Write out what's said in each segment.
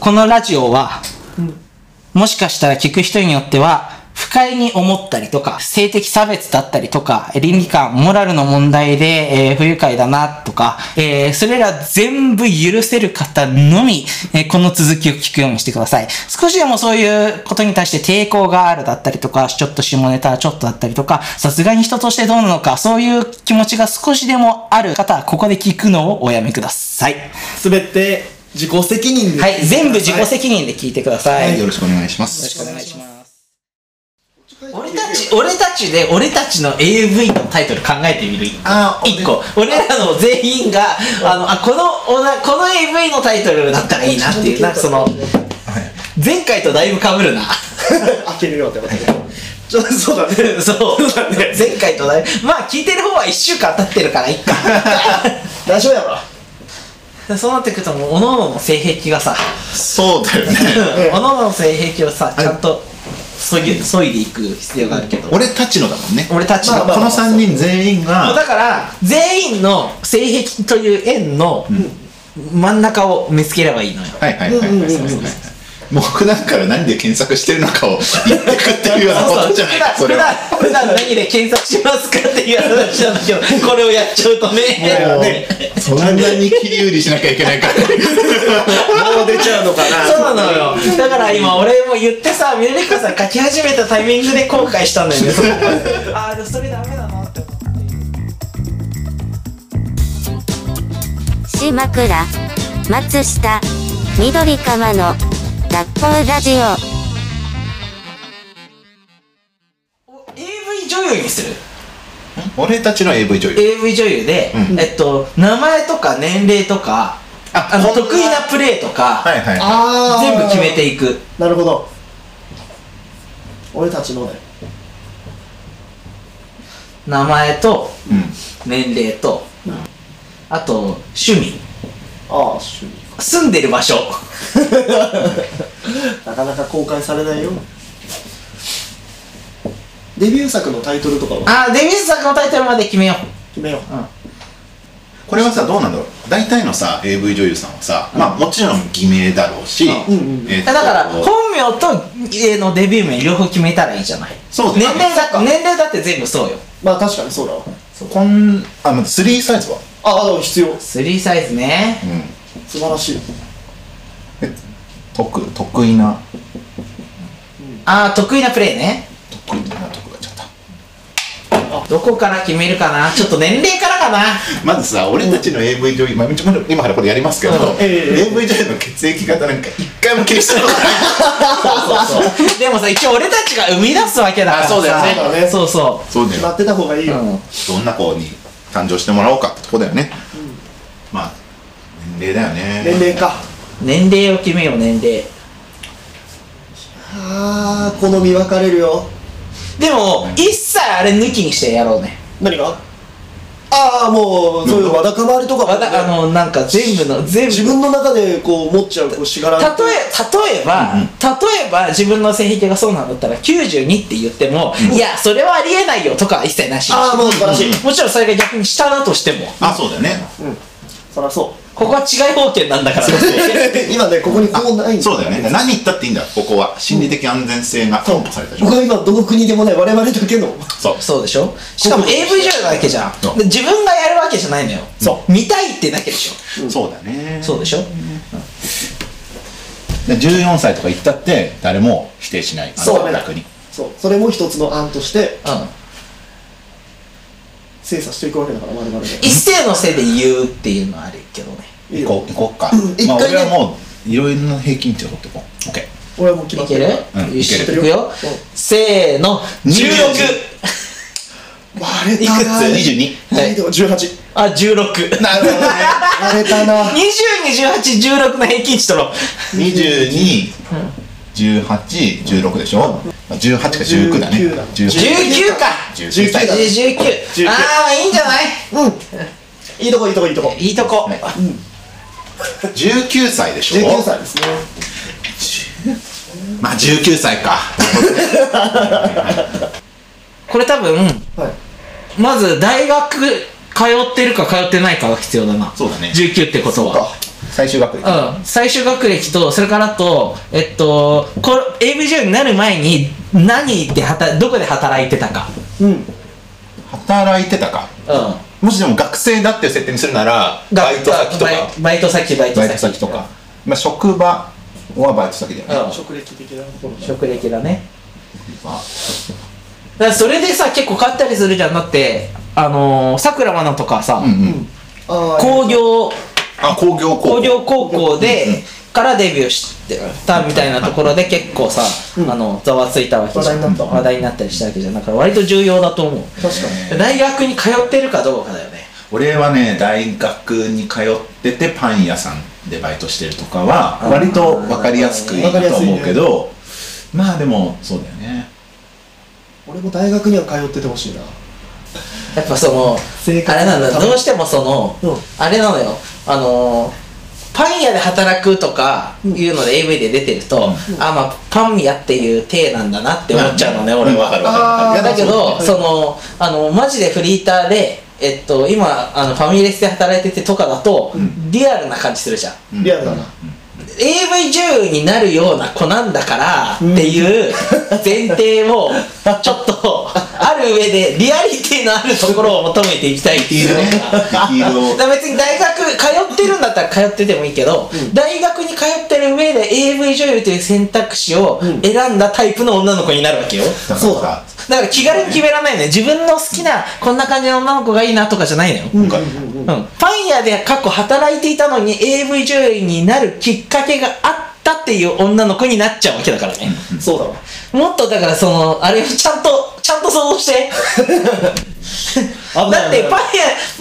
このラジオは、もしかしたら聞く人によっては、不快に思ったりとか、性的差別だったりとか、倫理観、モラルの問題で、えー不愉快だなとか、えーそれら全部許せる方のみ、えーこの続きを聞くようにしてください。少しでもそういうことに対して抵抗があるだったりとか、ちょっと下ネタちょっとだったりとか、さすがに人としてどうなのか、そういう気持ちが少しでもある方は、ここで聞くのをおやめください。すべて自己責任ではい、全部自己責任で聞いてください。はい、よよろしくお願いしまろしす。くお願いします。俺たち、俺たちで、俺たちの AV のタイトル考えてみるあー一個。俺らの全員が、あの、あ、この、おなこの AV のタイトルだったらいいなっていう、なんかその、前回とだいぶ被るな。開けるよってことで ちょっとそうだねそうそうだね。前回とだいぶ、まあ聞いてる方は一週間経ってるから、いっ か。大丈夫やろそうなってくると、もう、おのおのの性癖がさ、そうだよね。 おのおのの性癖をさ、ちゃんと、そいで、そいでいく必要があるけど。俺たちのだもんね。俺たちのまあまあこの3人全員もうが、だから全員の性癖という円の真ん中を見つければいいのよはいはいはいはい。そうですねもう普段から何で検索してるのかを言ってくっていうようなことじゃないか、 普それ段は。普段何で検索しますかっていう話なんだけ どこれをやっちゃうともうねそんなに切り売りしなきゃい けないから。もう出ちゃうのかなそうなのよだから今俺も言ってさミルリコさん書き始めたタイミングで後悔したんだよ ねああそれダメだなって思って島倉、松下、緑川の脱法ラジオ。お AV 女優にする俺たちの AV 女優。 AV 女優で、うえっと名前とか年齢とかああのこんな得意なプレーとか、はいはい。あー全部決めていくなるほど俺たちのね名前とうん。年齢と、あと趣味ああ趣味住んでる場所なかなか公開されないよデビュー作のタイトルとかはああデビュー作のタイトルまで決めよ決めようこれはさどうなんだろう大体のさ AV 女優さんはさ、まあもちろん偽名だろうし、うんうんうんえうっとだから本名と家のデビュー名両方決めたらいいじゃないそう年だね齢だ年齢だって全部そうよまあ確かにそうだわこんあまず3サイズはああでも必要3サイズねうん素晴らしい得得意なああ得意なプレーね得意なとこがちゃったどこから決めるかなちょっと年齢からかな まずさ俺たちの AV 女優、まあ、ちょ今からこれやりますけど、うんええ AV 女優の血液型なんか一回も消したことないでもさ一応俺たちが生み出すわけだからさあそうだよねそうだねそうそ、そうだ決まよってた方がいいうよ、うん、どんな子に誕生してもらおうかってとこだよね、まあ年齢だよね年齢か年齢を決めよう年齢ああ好み分かれるよでも、一切あれ抜きにしてやろうね何がああもうそういうわだかまりとかもわだあのなんか全部の全部自分の中でこう持っちゃうこうしがら例みえ例えば、うんうん例えば自分の性癖がそうなんだったら92って言っても、いやそれはありえないよとかは一切なしにああもう素晴らしい、うんもちろんそれが逆に下だとしてもあそうだよねそりゃそここは違い方権なんだからう 今ねここにこうないんそうだよね何言ったっていいんだここは心理的安全性が担保された状僕態は今どの国でもない我々だけのそうそうでしょしかもここ AV 女優なわけじゃんそうで自分がやるわけじゃないのよそ見たいってだけでしょそうだねそうでしょで14歳とか言ったって誰も否定しないそうあの楽にそうそれも一つの案としてうん精査していくわけだから我々で一世のせいで言うっていうのはあるけどねいい行よこう行こうか、一まあ回俺ねはもういろいろな平均値を取ってこう OK 俺はもう決まいってけるるうんよしいいけくるようんせーの26 16割れいくたつなはい22はいでも18あ16なるほどね割れたな202816の平均値取ろう221816でしょ、まあ、18か19だね19だ19か19歳だ19ああまあいいんじゃないうんいいとこいいとこいいとこいいとこね19歳でしょ19歳ですねまあ19歳かこれ多分はいまず大学通ってるか通ってないかが必要だなそうだね19ってことは最終学歴、うん、最終学歴とそれからあと、えっと、これ AV 女優になる前に何で働どこで働いてたか、うん。働いてたかうもしでも学生だっていう設定にするならん、がバイト先とかバイバイト先バイトバ先イト先とか、まあ、職場はバイト先だよね、うん職歴的なところだ職歴だねまあだからそれでさ結構買ったりするじゃんだってあのーさくらまなとかさ、うんうんあー工業あ工業高工校業高校でからデビューしたみたいなところで結構さ、うんあのざわついたわけじゃん話題になった話題になったりしたわけじゃんだから割と重要だと思う確かね大学に通ってるかどうかだよね俺はね大学に通っててパン屋さんでバイトしてるとかは割と分かりやすくいいわかりやとすいね思うけどまあでもそうだよねに俺も大学には通っててほしいなやっぱその生活あれなんだ多分どうしてもその、うんあれなのよあのーパン屋で働くとかいうので AV で出てると、あまあパン屋っていう体なんだなって思っちゃうのね、ん俺んわはかるわかるあーわいかやるだけど、あそうそのあのマジでフリーターで、えっと、今あのファミレスで働いててとかだと、リアルな感じするじゃんうんリアルだな AV 女優になるような子なんだからってんいう 前提をちょっとある上でリアリティのあるところを求めていきたいっていいいうのねが。いい 色だから別に大学通ってるんだったら通っててもいいけど、大学に通ってる上で AV 女優という選択肢をん選んだタイプの女の子になるわけよだそうだから気軽に決められないのよ自分の好きなこんな感じの女の子がいいなとかじゃないのよ、うんんかうんうんうん、パン屋で過去働いていたのに AV 女優になるきっかけがあったっていう女の子になっちゃうわけだからね、うんそうだわもっとだからそのあれをちゃんとちゃんと想像して 危だなっいて危ないパン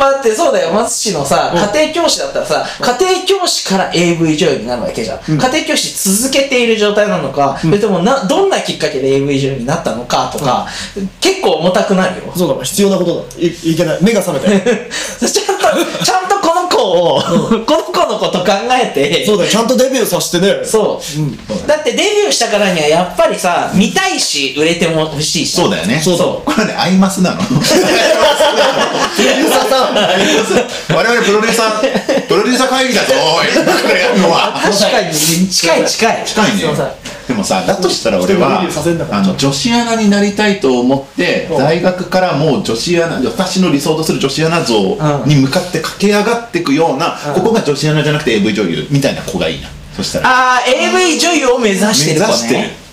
屋だってそうだよ松氏のさ家庭教師だったらさ家庭教師から AV 女優になるわけじゃん、家庭教師続けている状態なのか、それともなどんなきっかけで AV 女優になったのかとか、結構重たくなるよそうだわ必要なことだいいけない目が覚めた よちゃんと、ちゃんとこの子を、この子のこと考えて、そうだよちゃんとデビューさせてねそう、だってデビューしたからにはやっぱりさ、見たいし、売れても欲しいし。そうだよねそうそう。これねアイマスなのプロデューサーさん我々プロデューサープロデューサー会議だぞおいこれやるのは確かに、近い近い。近いねすませんでもさだとしたら俺は一人でデビューさせんだからあの女子アナになりたいと思って大学からもう女子アナ私の理想とする女子アナ像に向かって駆け上がっていくような、ここが女子アナじゃなくて AV 女優みたいな子がいいなそしたらあー、AV 女優を目指してる子目指してるね。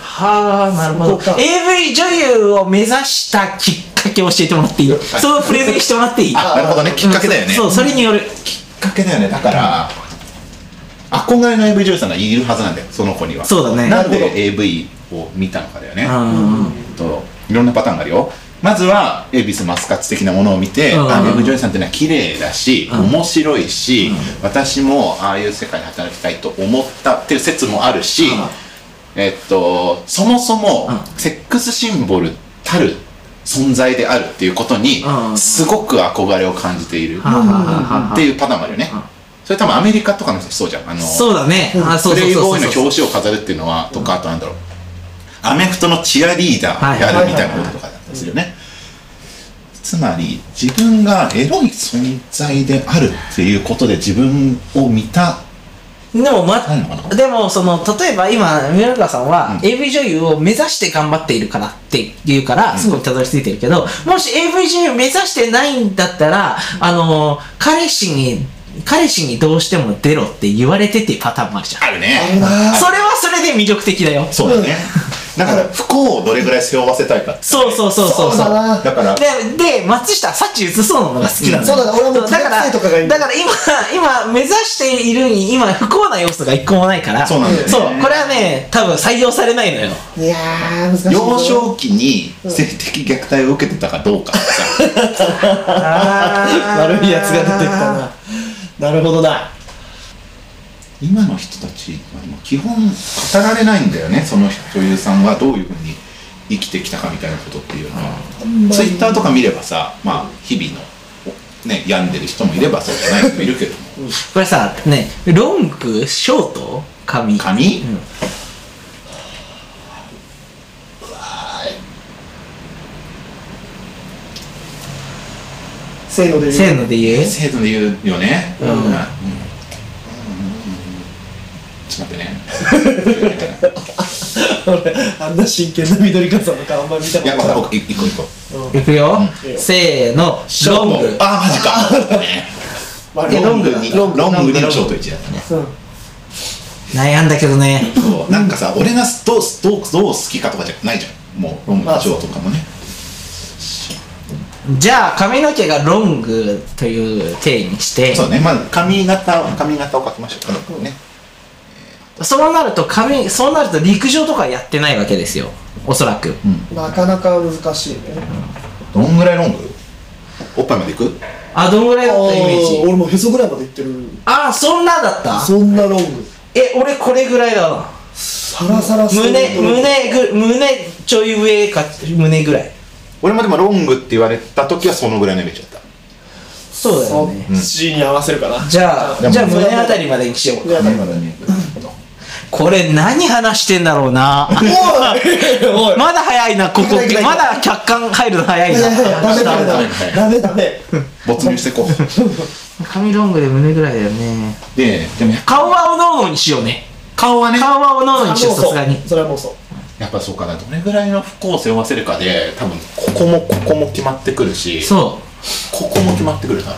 はあ、なるほどそこ。か AV 女優を目指したきっかけ教えてもらっていいそのプレゼンしてもらっていいあなるほどねきっかけだよね、そう、それによる。きっかけだよねだから、憧れの AV 女優さんがいるはずなんだよその子にはそうだねなんなるほでど AV を見たのかだよね、うん。えっといろんなパターンがあるよまずは恵比寿マスカッツ的なものを見て、うんあの M 女優さんっていうのは綺麗だし、面白いし、私もああいう世界で働きたいと思ったっていう説もあるし、えっとそもそもセックスシンボルたる存在であるっていうことにうんすごく憧れを感じているっはあはあはあていうパターンもあるよね、それ多分アメリカとかの人そうじゃんあのそうだね。あ、そうプそうレイそボうーイのそう。表紙を飾るっていうのはとかあとなんだろうアメフトのチアリーダーやるみたいなこととかだったりするよねつまり自分がエロい存在であるっていうことで自分を見たでも、まないのか、なでも、その、例えば今、宮川さんは、AV 女優を目指して頑張っているからって言うから、そこにたどり着いてるけど、もし AV 女優目指してないんだったら、あの、彼氏に、彼氏にどうしても出ろって言われてっていうパターンもあるじゃん。あるねあるなそれはそれで魅力的だよ。そうだねだから不幸をどれぐらい背負わせたいかってそうそうそうそうそそううだ。なだからでで松下はサチ移そうなのが好きなのよ、うんそうだね俺はもうそうだから小学生とかがいいだから今今目指しているに今不幸な要素が一個もないからそうなんだよねそうこれはね多分採用されないのよいやー難しいぞ幼少期に性的虐待を受けてたかどうかってさ 悪いやつが出てきたななるほどな今の人たちはもう基本語られないんだよねその女優さんはどういうふうに生きてきたかみたいなことっていうのは、ツイッターとか見ればさまあ日々の、ね、病んでる人もいればそうじゃない人もいるけどもこれさねロングショート髪髪、うんせーので言うせーので言う制度で言うよね、うんしまってね俺あんな真剣な緑川さんの顔あんまり見た こいやとまなたい僕一個一個いくよ、せーのロングあーマジか、ねまあいやロングにロングロングにショート1だったねうん悩んだけどねそうなんかさ俺がどうどうどう好きかとかじゃないじゃんもうロングにショートとかもねじゃあ髪の毛がロングという体にしてそうねまあ髪型髪型を描きましょうかねそうなると髪そうなると陸上とかやってないわけですよおそらくなかなか難しいねどんぐらいロングおっぱいまでいくあどんぐらいだったイメーおジー俺もへそぐらいまでいってるああそんなだったそんなロングえ俺これぐらいだなサラサラそう胸胸ぐ胸ちょい上か胸ぐらい俺もでもロングって言われた時はそのぐらいのイメージだっそうだよねそっちに合わせるかなじゃであもじゃあ胸あたりまでにしよう胸あたたりまでねこれ何話してんだろうなおいまだ早いなここいけないまだ客観入るの早いやいいやいやなダメダメダメダメダメ没入してこ う髪ロングで胸ぐらいだよねででもやっぱ顔はおのおのにしようね顔はね顔はおのおのにしようあさもうすがにそうそれはもうそうやっぱそうかなどれぐらいの不幸を背負わせるかで多分ここもここも決まってくるしそうここも決まってくるな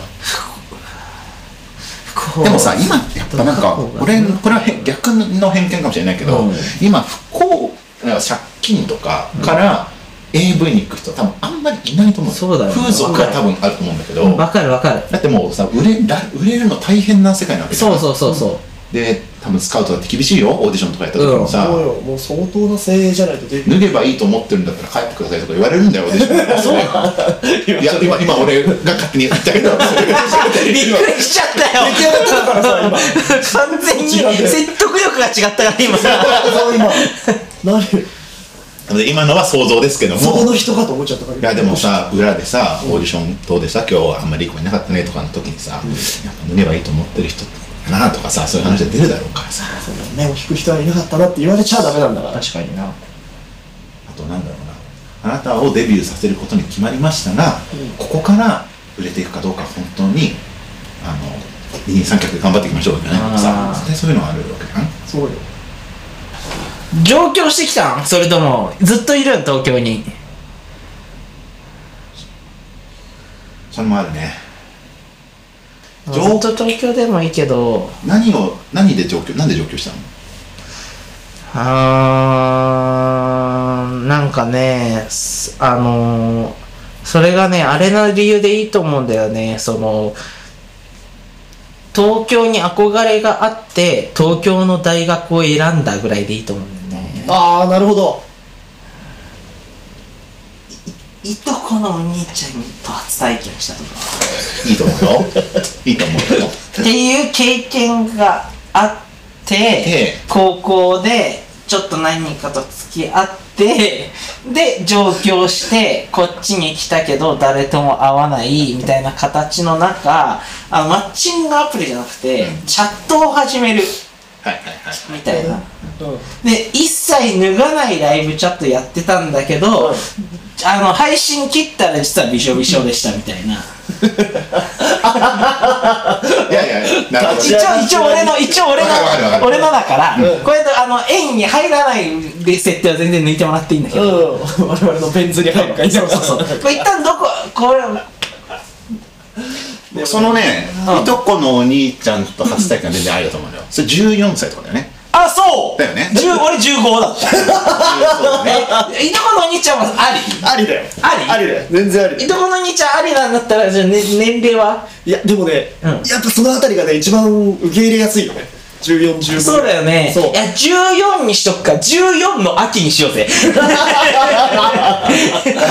こうでもさ今ってやっぱなんかどんな方が俺これはへん逆の偏見かもしれないけど、うん今不幸なんか借金とかから AV に行く人多分あんまりいないと思うそうだよね風俗が多分あると思うんだけど、わかるわかるだってもうさ売れら売れるの大変な世界なわけじゃんそうそうそうそうで多分スカウトだって厳しいよオーディションとかやった時もさ、もうよもう相当な精鋭じゃないとでき脱げばいいと思ってるんだったら帰ってくださいとか言われる んだよオーディションそういや今今俺が勝手に言ったけ ど びっくりしちゃったよ 完全に説得力が違ったから今そう 今なるで今のは想像ですけどもそこの人かと思っちゃったからいやでもさ裏でさオーディションどうでした今日はあんまりいい子いなかったねとかの時にさ、やっぱ脱げばいいと思ってる人かなとかさそういう話が出るだろうからさそうだ目を引く人はいなかったなって言われちゃダメなんだから確かになあとなんだろうなあなたをデビューさせることに決まりましたが、ここから売れていくかどうか本当にあの二人三脚で頑張っていきましょうみたいなさあー絶対そういうのはあるわけじゃんそうよ上京してきたんそれともずっといるん東京にそれもあるねず上っと東京でもいいけど何を何で上京なんで上京したのあーなんかねすあのーそれがねあれの理由でいいと思うんだよねその東京に憧れがあって東京の大学を選んだぐらいでいいと思うんだよねああなるほどいとこのお兄ちゃんと初体験したとかいいと思うよ いいと思うよっていう経験があって、ええ高校でちょっと何人かと付き合ってで上京してこっちに来たけど誰とも会わないみたいな形の中あのマッチングアプリじゃなくて、チャットを始めるはいはいはいみたいな。うんで一切脱がないライブチャットやってたんだけど、うんあの配信切ったら実はびしょびしょでしたみたいな、いやいやなるほど一応一応俺の一応俺のわかるわかる俺のだから、うんこれであの円に入らない設定は全然抜いてもらっていいんだけど、うん、我々のベン図に入るかいそうそうそうこれ一旦どここれそのね、うんいとこのお兄ちゃんと初体験は全然ありだと思うのよ。それ14歳とかだよ ね。あそうだよね10俺15だったそうだね。えいとこのお兄ちゃんはありありだよありありだよ全然ありだいよとこのお兄ちゃんありなんだったらじゃあ、ね、年齢はいやでもね、うんやっぱそのあたりがね一番受け入れやすいよね1415そうだよねそういや14にしとくか14の秋にしようぜ初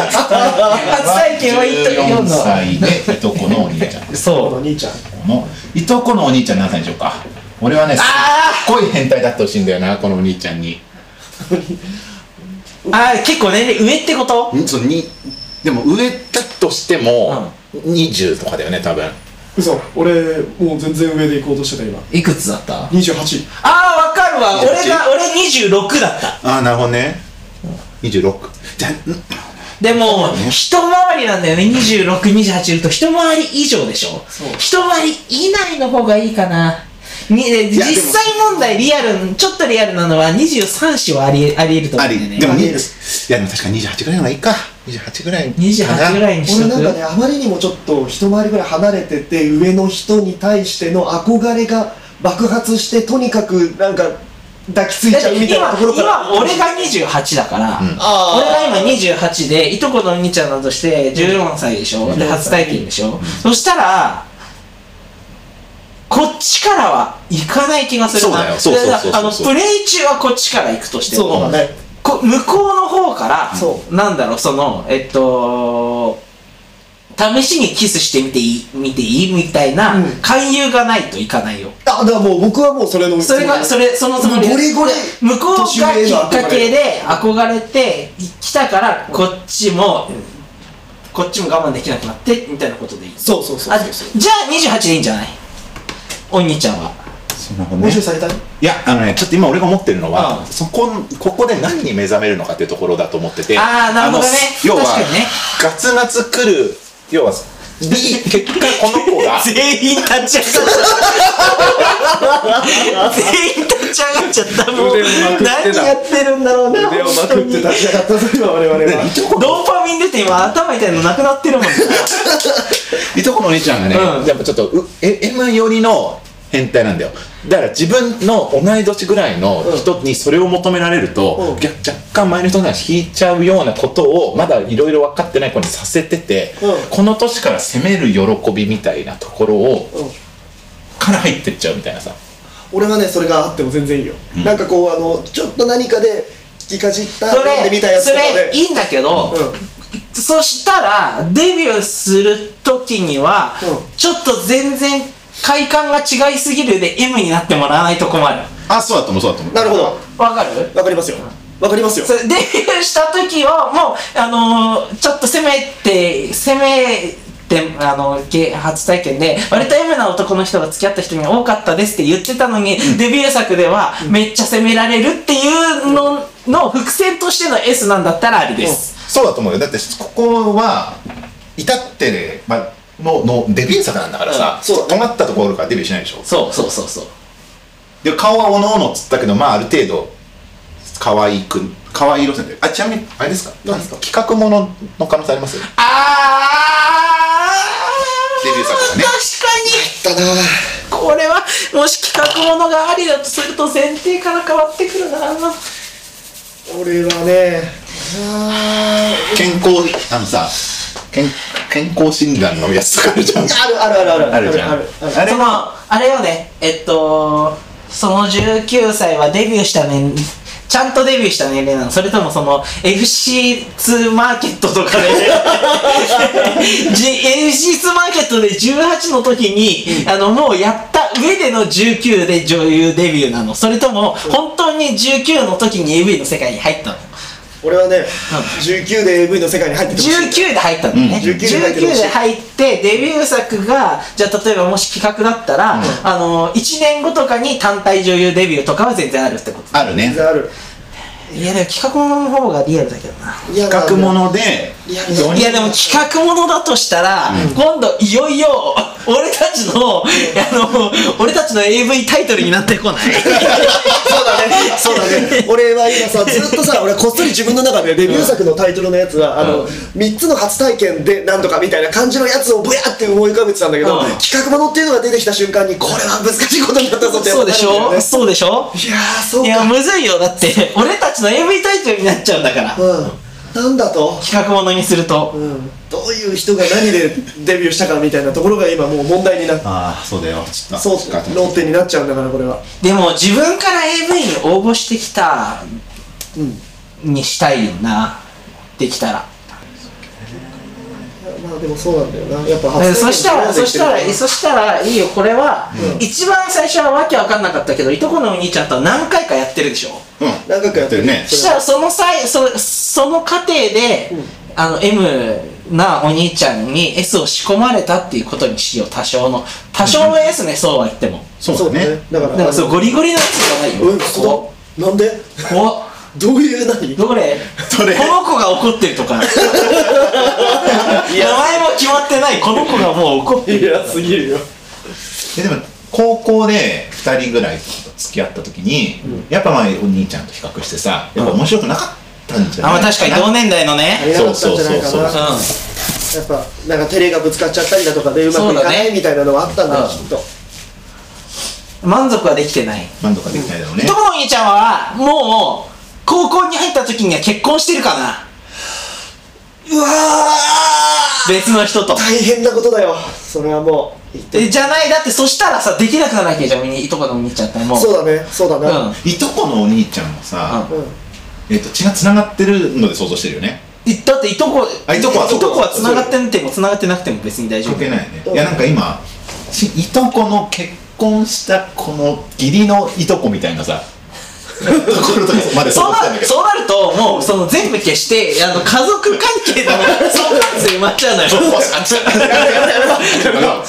体験は14 14の歳でいとこのお兄ちゃん。いとそこうの兄ちゃんこのいとこのお兄ちゃん何歳でしょうか。俺はね、すっごい変態だってほしいんだよな、このお兄ちゃんに。あー結構年齢上ってことんそうにでも上だとしても、20とかだよね、多分。嘘俺もう全然上で行こうとしてた今いくつだった28ああわかるわいや俺が俺26だったああ、なるほどね。26。じゃでも、一回りなんだよね2628いると一回り以上でしょう一回り以内の方がいいかなにえいやでも実際問題リアルちょっとリアルなのは23種はありありえると思あうんだよりねでもにいありやでも確かに28ぐらいの方がいいか28ぐらい28ぐらいにし俺となんかくねあまりにもちょっと一回りぐらい離れてて上の人に対しての憧れが爆発してとにかくなんか抱きついちだっゃうてみたいな今ところから今俺が28だから、んあー俺が今28でいとこのお兄ちゃんだとして14歳でしょ、で初体験でしょ、そしたらこっちからは行かない気がするなそうだよそうそうそうそうだからあのプレイ中はこっちから行くとしてそもうだねこ向こうの方からそなんだろうそのえっと試しにキスしてみていい見ていいみたいなうん勧誘がないといかないよ、あだからもう僕はもうそれのそれがそれそのつもりゴリゴリ向こうがき年上へのっ憧れかけで憧れて来たからこっちもこっちも我慢できなくなってみたいなことでいいそうそうそうあそうそうじゃあ28でいいんじゃないお兄ちゃんはそんなことね面白されたいいやあのねちょっと今俺が思ってるのはああそこここで何に目覚めるのかっていうところだと思っててああなるほどねあの要は確かにねガツガツ来る要 はいい結果この子が全員立ち上がった 全員立ち上がっちゃったもう腕をまくって何たやってるんだろうな腕をまくってた立ち上がったぞ今我々はドーパミン出て今頭痛いのなくなってるもんねいとこのお姉ちゃんがね、うんやっぱちょっとうえ M 寄りの変態なんだよだから自分の同い年ぐらいの人にそれを求められると、うん逆若干前の人が引いちゃうようなことをまだいろいろ分かってない子にさせてて、うんこの年から攻める喜びみたいなところをうんから入ってっちゃうみたいなさ俺はねそれがあっても全然いいよ、なんかこうあのちょっと何かで聞きかじった そ飲んでみたれやつそとかれでいいんだけど、うんそしたらデビューする時には、うちょっと全然快感が違いすぎるで M になってもらわないと困るあそうだと思うそうだと思うなるほどわかるわかりますよわかりますよそれデビューした時はもうあのーちょっと攻めて攻めてあのけ初体験で割と M な男の人が付き合った人に多かったですって言ってたのに、デビュー作ではめっちゃ攻められるっていうのの伏線としての S なんだったらありです、そうだと思うよだってここは至って、まあののデビュー作なんだからさ、うんそうだ尖ったところからデビューしないでしょそうそうそうそうで顔はおのおのっつったけどまあある程度可愛く可愛い路線であちなみにあれですか何ですか企画ものの可能性ありますあーデビュー作だね確だなかにこれはもし企画ものがありだとすると前提から変わってくるな俺はねあ健康あのさ健健康診断のやつとかあるじゃんーあるあるあるあるあるじゃんあるあるあれそのあれよねえっとその19歳はデビューした年ちゃんとデビューした年齢なのそれともその FC2 マーケットとかでじ FC2 マーケットで18の時にあのもうやった上での19で女優デビューなのそれとも本当に19の時に AV の世界に入ったの俺はね19で AV の世界に入っててほしい19で入ったんだね、うん19 19で入ってるで入ってデビュー作がじゃあ例えばもし企画だったら、あの1年後とかに単体女優デビューとかは全然あるってこあるね全然 あるといやでも企画ものの方がリアルだけどな企企画ものでいやどうにいやでも企画ものだとしたら、今度いよいよ俺たちの、あの俺たちの AV タイトルになってこないそうだねそうだね俺は今さずっとさ俺こっそり自分の中でデビュー作のタイトルのやつはあの3つの初体験でなんとかみたいな感じのやつをブヤって思い浮かべてたんだけどうん企画ものっていうのが出てきた瞬間にこれは難しいことになったぞってやっそうぱでしなるんだよょねそうでしょいやーそういやかむずいよだって俺たちの AV タイトルになっちゃうんだからうんなんだと企画ものにすると、うんどういう人が何でデビューしたかみたいなところが今もう問題になってああそうだよちょっとそうそっか論点になっちゃうんだからこれはでも自分から AV に応募してきたうんにしたいよなできたらまあでもそうなんだよなやっぱ初体験そしたらそしたらで選んできてるそしたらいいよこれは、一番最初はわけわかんなかったけどいとこのお兄ちゃんとは何回かやってるでしょうん何回かやってるねそしたらその際そその過程で、あの M なお兄ちゃんに S を仕込まれたっていうことにしよう多少の多少の S ね、そうは言ってもそうだねだかだらからそうゴリゴリの S じゃないよ、うんこそうなんでうこうどういう何どれどれこの子が怒ってるとか名前も決まってないこの子がもう怒ってるいやすぎるよえでも高校で2人ぐらいと付き合った時に、やっぱまあお兄ちゃんと比較してさやっぱ面白くなかったんじゃあ、なまいあ確かに同年代のあね。れなかったんじゃないかそうそうなそううん。やっぱなんか照れがぶつかっちゃったりだとかでうまくいかなそうだいねみたいなのはあったんだよ、うんきっと満足はできてない。何とかできないだろうねとこのお兄ちゃんは、もう、高校に入った時には結婚してるかなうわー別の人と。大変なことだよそれはもう言ってえじゃない、だってそしたらさ、できなくならなきゃじゃん、いとこのお兄ちゃんってもう。そうだねそうだうな、ん。いとこのお兄ちゃんもさ、うんえっと血がつながってるので想像してるよねいだっていとこ、あいとこはいとこは繋がってんても繋がってなくても別に大丈関夫。係ないよねいやなんか今しいとこの結婚したこの義理のいとこみたいな さところとかまで想そう像してんなだけどそうなると、もうその全部消して、あの家族関係の相関性埋まっちゃうのよ。あちょやめろやめろ やめろ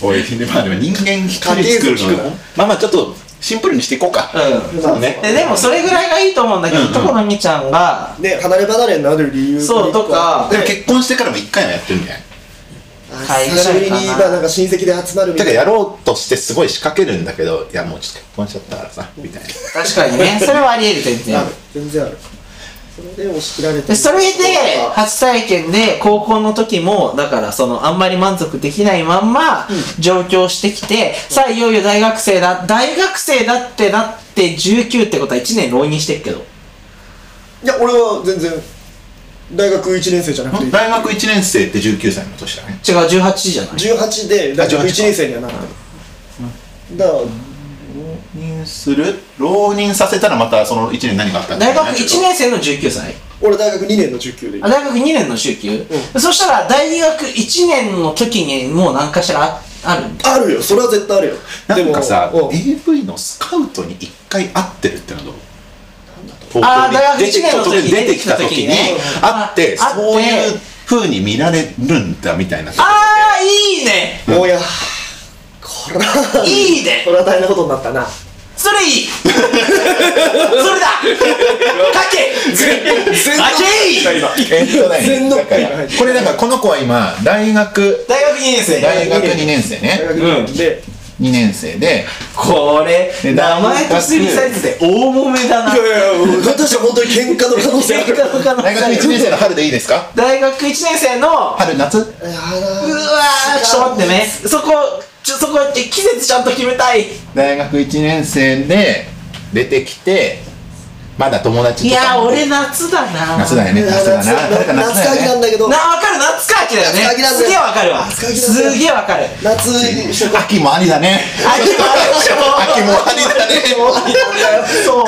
おいまあでも人間光作るのまあまあちょっとシンプルにしていこうかうんそうねででもそれぐらいがいいと思うんだけど、うんうんいとこのみちゃんが、ね離れ離れになる理由そうとかでも結婚してからも一回はやってるんじゃないあ久しぶりに今なんか親戚で集まるみだたかいらなやろうとしてすごい仕掛けるんだけどいやもうちょっと結婚しちゃったからさみたいな確かに ね、それはあり得る全然あ。る全然あるそれで押し切られてでそれでそうか初体験で高校の時もだからそのあんまり満足できないまんま上京してきて、さあいよいよ大学生だ大学生だってなって19ってことは1年浪人してっけどいや俺は全然大学1年生じゃなくていい大学1年生って19歳の年だね違う18じゃない18で大学1年生にはなってるだから浪人する浪人させたらまたその1年何があったんだ大ろう学ね1年生の19歳俺大学2年の19でいいあ大学2年の19、そしたら大学1年の時にもう何かしらああるんだあるよそれは絶対あるよなんかさでもうん AV のスカウトに一回会ってるってのはどうあー東大京学に一年の時に出てきた時にね会ってあ会ってそういう風に見られるんだみたいなあーいいね もうやこらいいねこれは大変なことになったなそれ いいそれだかけ全かけいえっとね全乗っかりが入ってるだからこれなんかこの子は今大学大学2年生大学2年生大ね学2年で2年生でこれで名前と推理サイズで大揉めだないやいや俺としては本当に喧嘩の可能性あ大 る学の可能大学1性年生の春でいいですか大学1年生の春夏やうわーだちょっと待ってねそこちょそこ季節ちゃんと決めたい大学1年生で出てきてまだ友達いとかやも俺夏だな夏だよいねや夏だな誰か夏夏だよ夏限ねなんだけどな分かる夏か秋だよ夏か秋ねなんだすよげえ分かるわ夏か秋なんだよすげえ分かる夏に秋もありだね秋もあるでしょ秋もありだねそう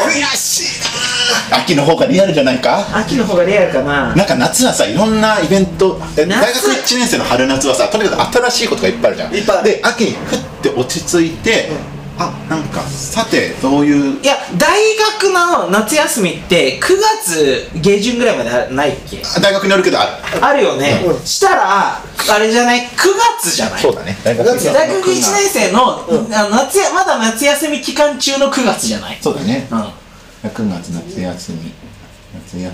秋の方がリアルじゃないか秋の方がリアルかななんか夏はさいろんなイベントえ大夏学1年生の春夏はさとにかく新しいことがいっぱいあるじゃんいっぱいあるで秋にふって落ち着いて、あなんかさてどういういや大学の夏休みって9月下旬ぐらいまであないっけあ大学によるけどあるあるよね、うんしたらあれじゃない9月じゃないそうだね大学夏大学1年生の、うんあの夏やまだ夏休み期間中の9月じゃないそうだねうん9月夏休み夏休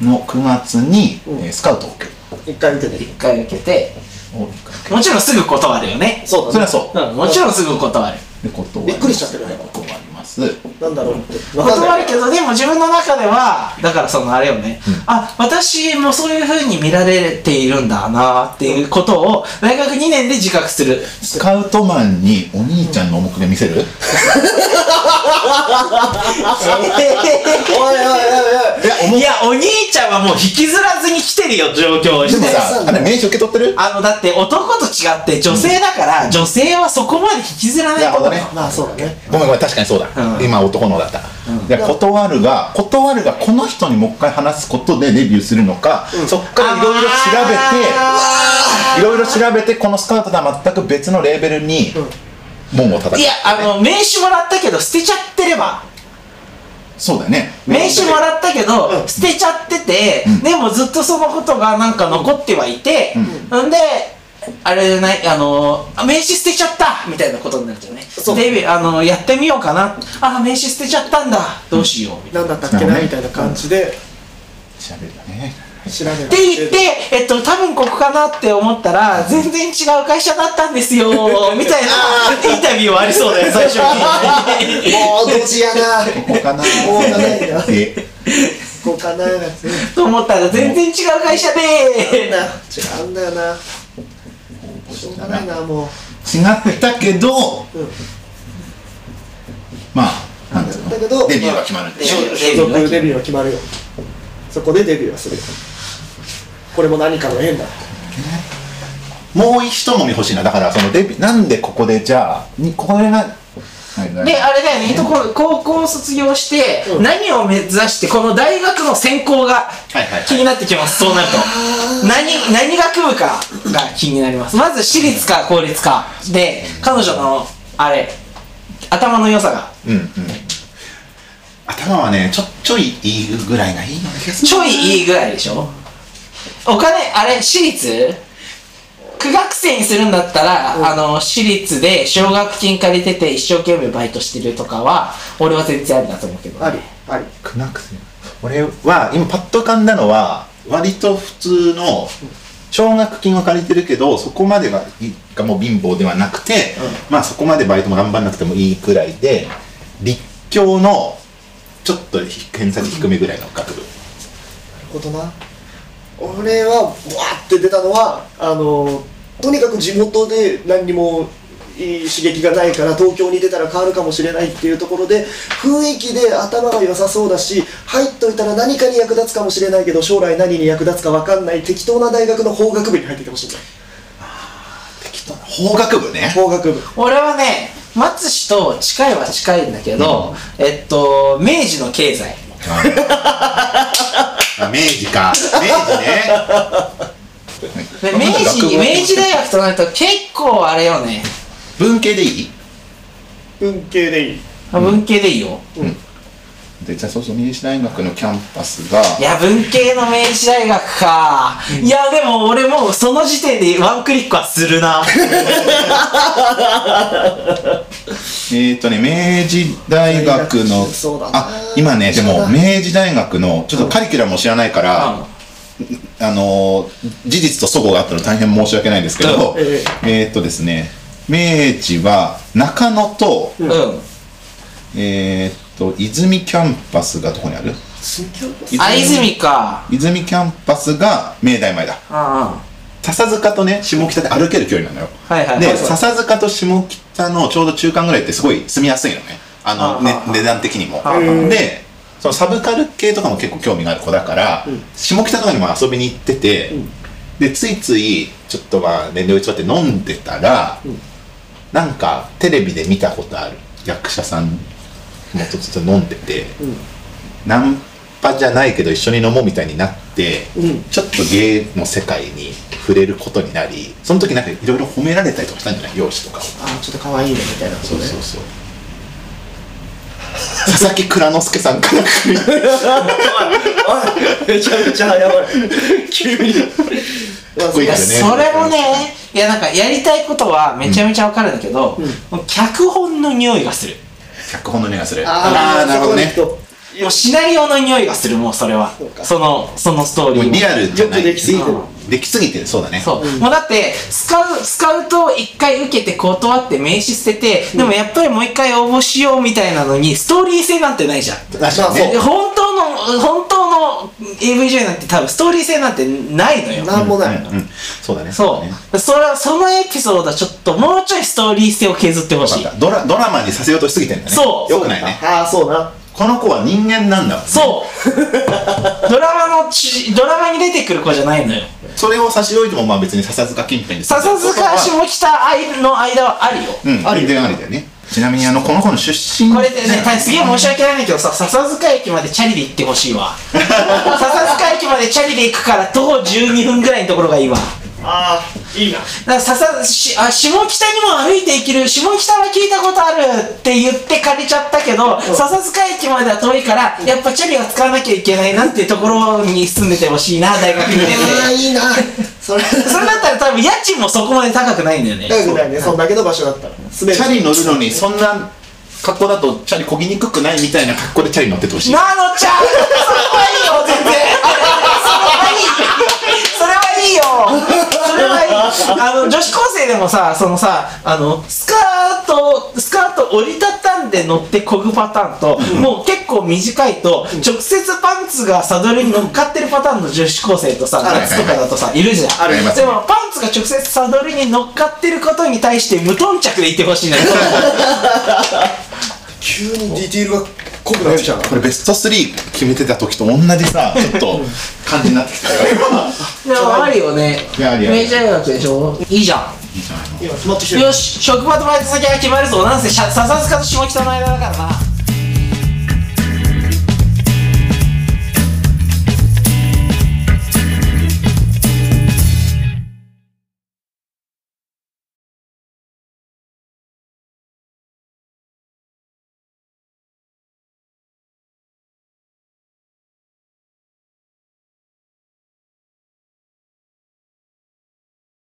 みの9月に、えースカウトを受ける一回受けて一回受けてを受けるもちろんすぐ断るよねそうそれはだねそううんもちろんすぐ断るで断びっくりしちゃってるねね断りますなんだろうってわかん断ないるけどでも自分の中ではだからそのあれよね、あ私もそういう風に見られているんだなっていうことを大学2年で自覚す るスカウトマンにお兄ちゃんの面影見せる、おいおいおいおいいやおいや、おも兄ちゃんはもう引きずらずに来てるよ、状況をでしもて。さあれ名刺受け取ってるあの、だって男と違って女性だから、女性はそこまで引きずらないことなるねほ。まあそうだねごめんごめん確かにそうだ、うん今男のだった、で断るが断るがこの人にもう一回話すことでデビューするのか、そっからいろいろ調べていろいろ調べてこのスカウトとは全く別のレーベルに門を叩く、いや、あの、名刺もらったけど捨てちゃってれば。そうだよね名刺もらったけど、捨てちゃってて、でもずっとそのことがなんか残ってはいて、んで、あれじゃない、あの、あ名刺捨てちゃったみたいなことになるじゃない。そうデビュー、あの、やってみようかな。あ、名刺捨てちゃったんだ。どうしよう。みたいななんだったっけなみたいな感じで調べるよね調べないって言って、えっと、多分ここかなって思ったら、全然違う会社だったん ですよ、みたいなインタビューはありそうだよ、最初 に。もうどっちやなここかなここかなえここかなと思ったら、全然違う会社違で、うんだよなしょうがないなもう違ったけど、うんまあなんつうのだけどデビューが決まるんでしょまあ所属デビューは決まるよそこでデビューはするよこれも何かの縁だもう一もみ欲しいなだからそのデビューなんでここでじゃあにここでなはいはいで、あれだよね、とこ高校を卒業して、うん何を目指して、この大学の専攻がはいはい気になってきます、そうなると。何、何学部かが気になります。まず私立か公立か。で、彼女の、あれ、頭の良さが。うんうん頭はねちょちょいいいぐらいがいいような気がするちょいいいぐらいでしょお金あれ私立苦学生にするんだったら、あの私立で奨学金借りてて一生懸命バイトしてるとかは俺は全然ありだと思うけど、ありあり苦なくせ俺は今パッと浮かんだのは割と普通の奨学金は借りてるけどそこまでがいがもう貧乏ではなくて、まあそこまでバイトも頑張らなくてもいいくらいで立教のちょっと偏差値低めぐらいの学部なるほどな俺はわーって出たのはあのとにかく地元で何にもいい刺激がないから東京に出たら変わるかもしれないっていうところで雰囲気で頭が良さそうだし入っといたら何かに役立つかもしれないけど将来何に役立つか分かんない適当な大学の法学部に入っててほしいんだよ適当な法学部ね法学部俺はね松氏と近いは近いんだけど、えっと明治の経済あ明治か明治で ね明治明治大学となると結構あれよね文系でいい文系でいい文系でいいよ、でじゃあそうそう明治大学のキャンパスがいや文系の明治大学か、いやでも俺もうその時点でワンクリックはするなえーとね、明治大学のそうだなあ今ねでも明治大学のちょっとカリキュラムを知らないから、うんあのー事実と齟齬があったの大変申し訳ないんですけど、ええーとですね明治は中野と,、うんえー、と泉キャンパスがどこにある新キャンパスあ、泉か。泉キャンパスが明大前だうんうん。は笹塚とね下北で歩ける距離なのよいはい。ではい笹塚と下北のちょうど中間ぐらいってすごい住みやすいのねあのああああね値段的にもああああでそのサブカル系とかも結構興味がある子だから、下北とかにも遊びに行ってて、でついついちょっとまあ年齢を偽って飲んでたら、なんかテレビで見たことある役者さんもちょっと飲んでて、ナンパじゃないけど一緒に飲もうみたいになって、うんちょっと芸の世界に触れることになりその時なんかいろいろ褒められたりとかしたんじゃない容姿とかをあちょっと可愛いねみたいなことねそう佐々木蔵之介さんから来るおいめちゃめちゃやばい急にかっこいいいやからねそれもね、いやなんかやりたいことはめちゃめちゃわかるんだけど、もう脚本の匂いがする。脚本の匂いがするあーあなるほどねそこにも人うシナリオの匂いがする、もうそれはそう。かその、そのストーリもーうも。リアルじゃないよくできすぎてるできすぎてるそうだねそう、もうだってスカウスカウトを一回受けて断って名刺捨てて、でもやっぱりもう一回応募しようみたいなのにストーリー性なんてないじゃん確かにまあねで本当の本当の AV 女優なんて多分ストーリー性なんてないのよなんもない、うんうんそうだねそう、だねそれはそのエピソードはちょっともうちょいストーリー性を削ってほしいよかったドラドラマにさせようとしすぎてんだねそうよくないねああそうなこの子は人間なんだもんそう ドラマのちドラマに出てくる子じゃないのよそれを差し置いてもまあ別に笹塚近辺で笹塚下北愛の間はあるよ、うんありだよありだよねちなみにあのこの子の出身これでね、だよすげえ申し訳ないんだけどさ、笹塚駅までチャリで行ってほしい わ。笹塚駅までチャリで行くから徒歩12分ぐらいのところがいいわ。ああいいなだから笹しあ下北にも歩いて行ける下北は聞いたことあるって言って借りちゃったけど、笹塚駅までは遠いからやっぱチャリは使わなきゃいけないなっていうところに住んでてほしいな大学に出てああいいなそれそれだったら多分家賃もそこまで高くないんだよねぐらいねそんだけの場所だったら住めチャリ乗るのにそんな格好だとチャリこぎにくくないみたいな格好でチャリ乗っててほしいなのちゃんそこはいいよ全然そこはいいあの女子高生でもさそのさあのスカートスカート折りたたんで乗ってこぐパターンと、もう結構短いと直接パンツがサドルに乗っかってるパターンの女子高生とさはいはいはい夏とかだとさいるじゃんあるありますでねもパンツが直接サドルに乗っかってることに対して無頓着でいてほしい のよ急にディティールが濃くなってきたなこれベスト3決めてた時と同じさちょっと感じになってき たよでもあるよねいやあるよ明治大学でしょいいじゃんいいじゃないの今決まってきてるよし職場とバイト先が決まるぞなんせさ笹塚と下北の間だからな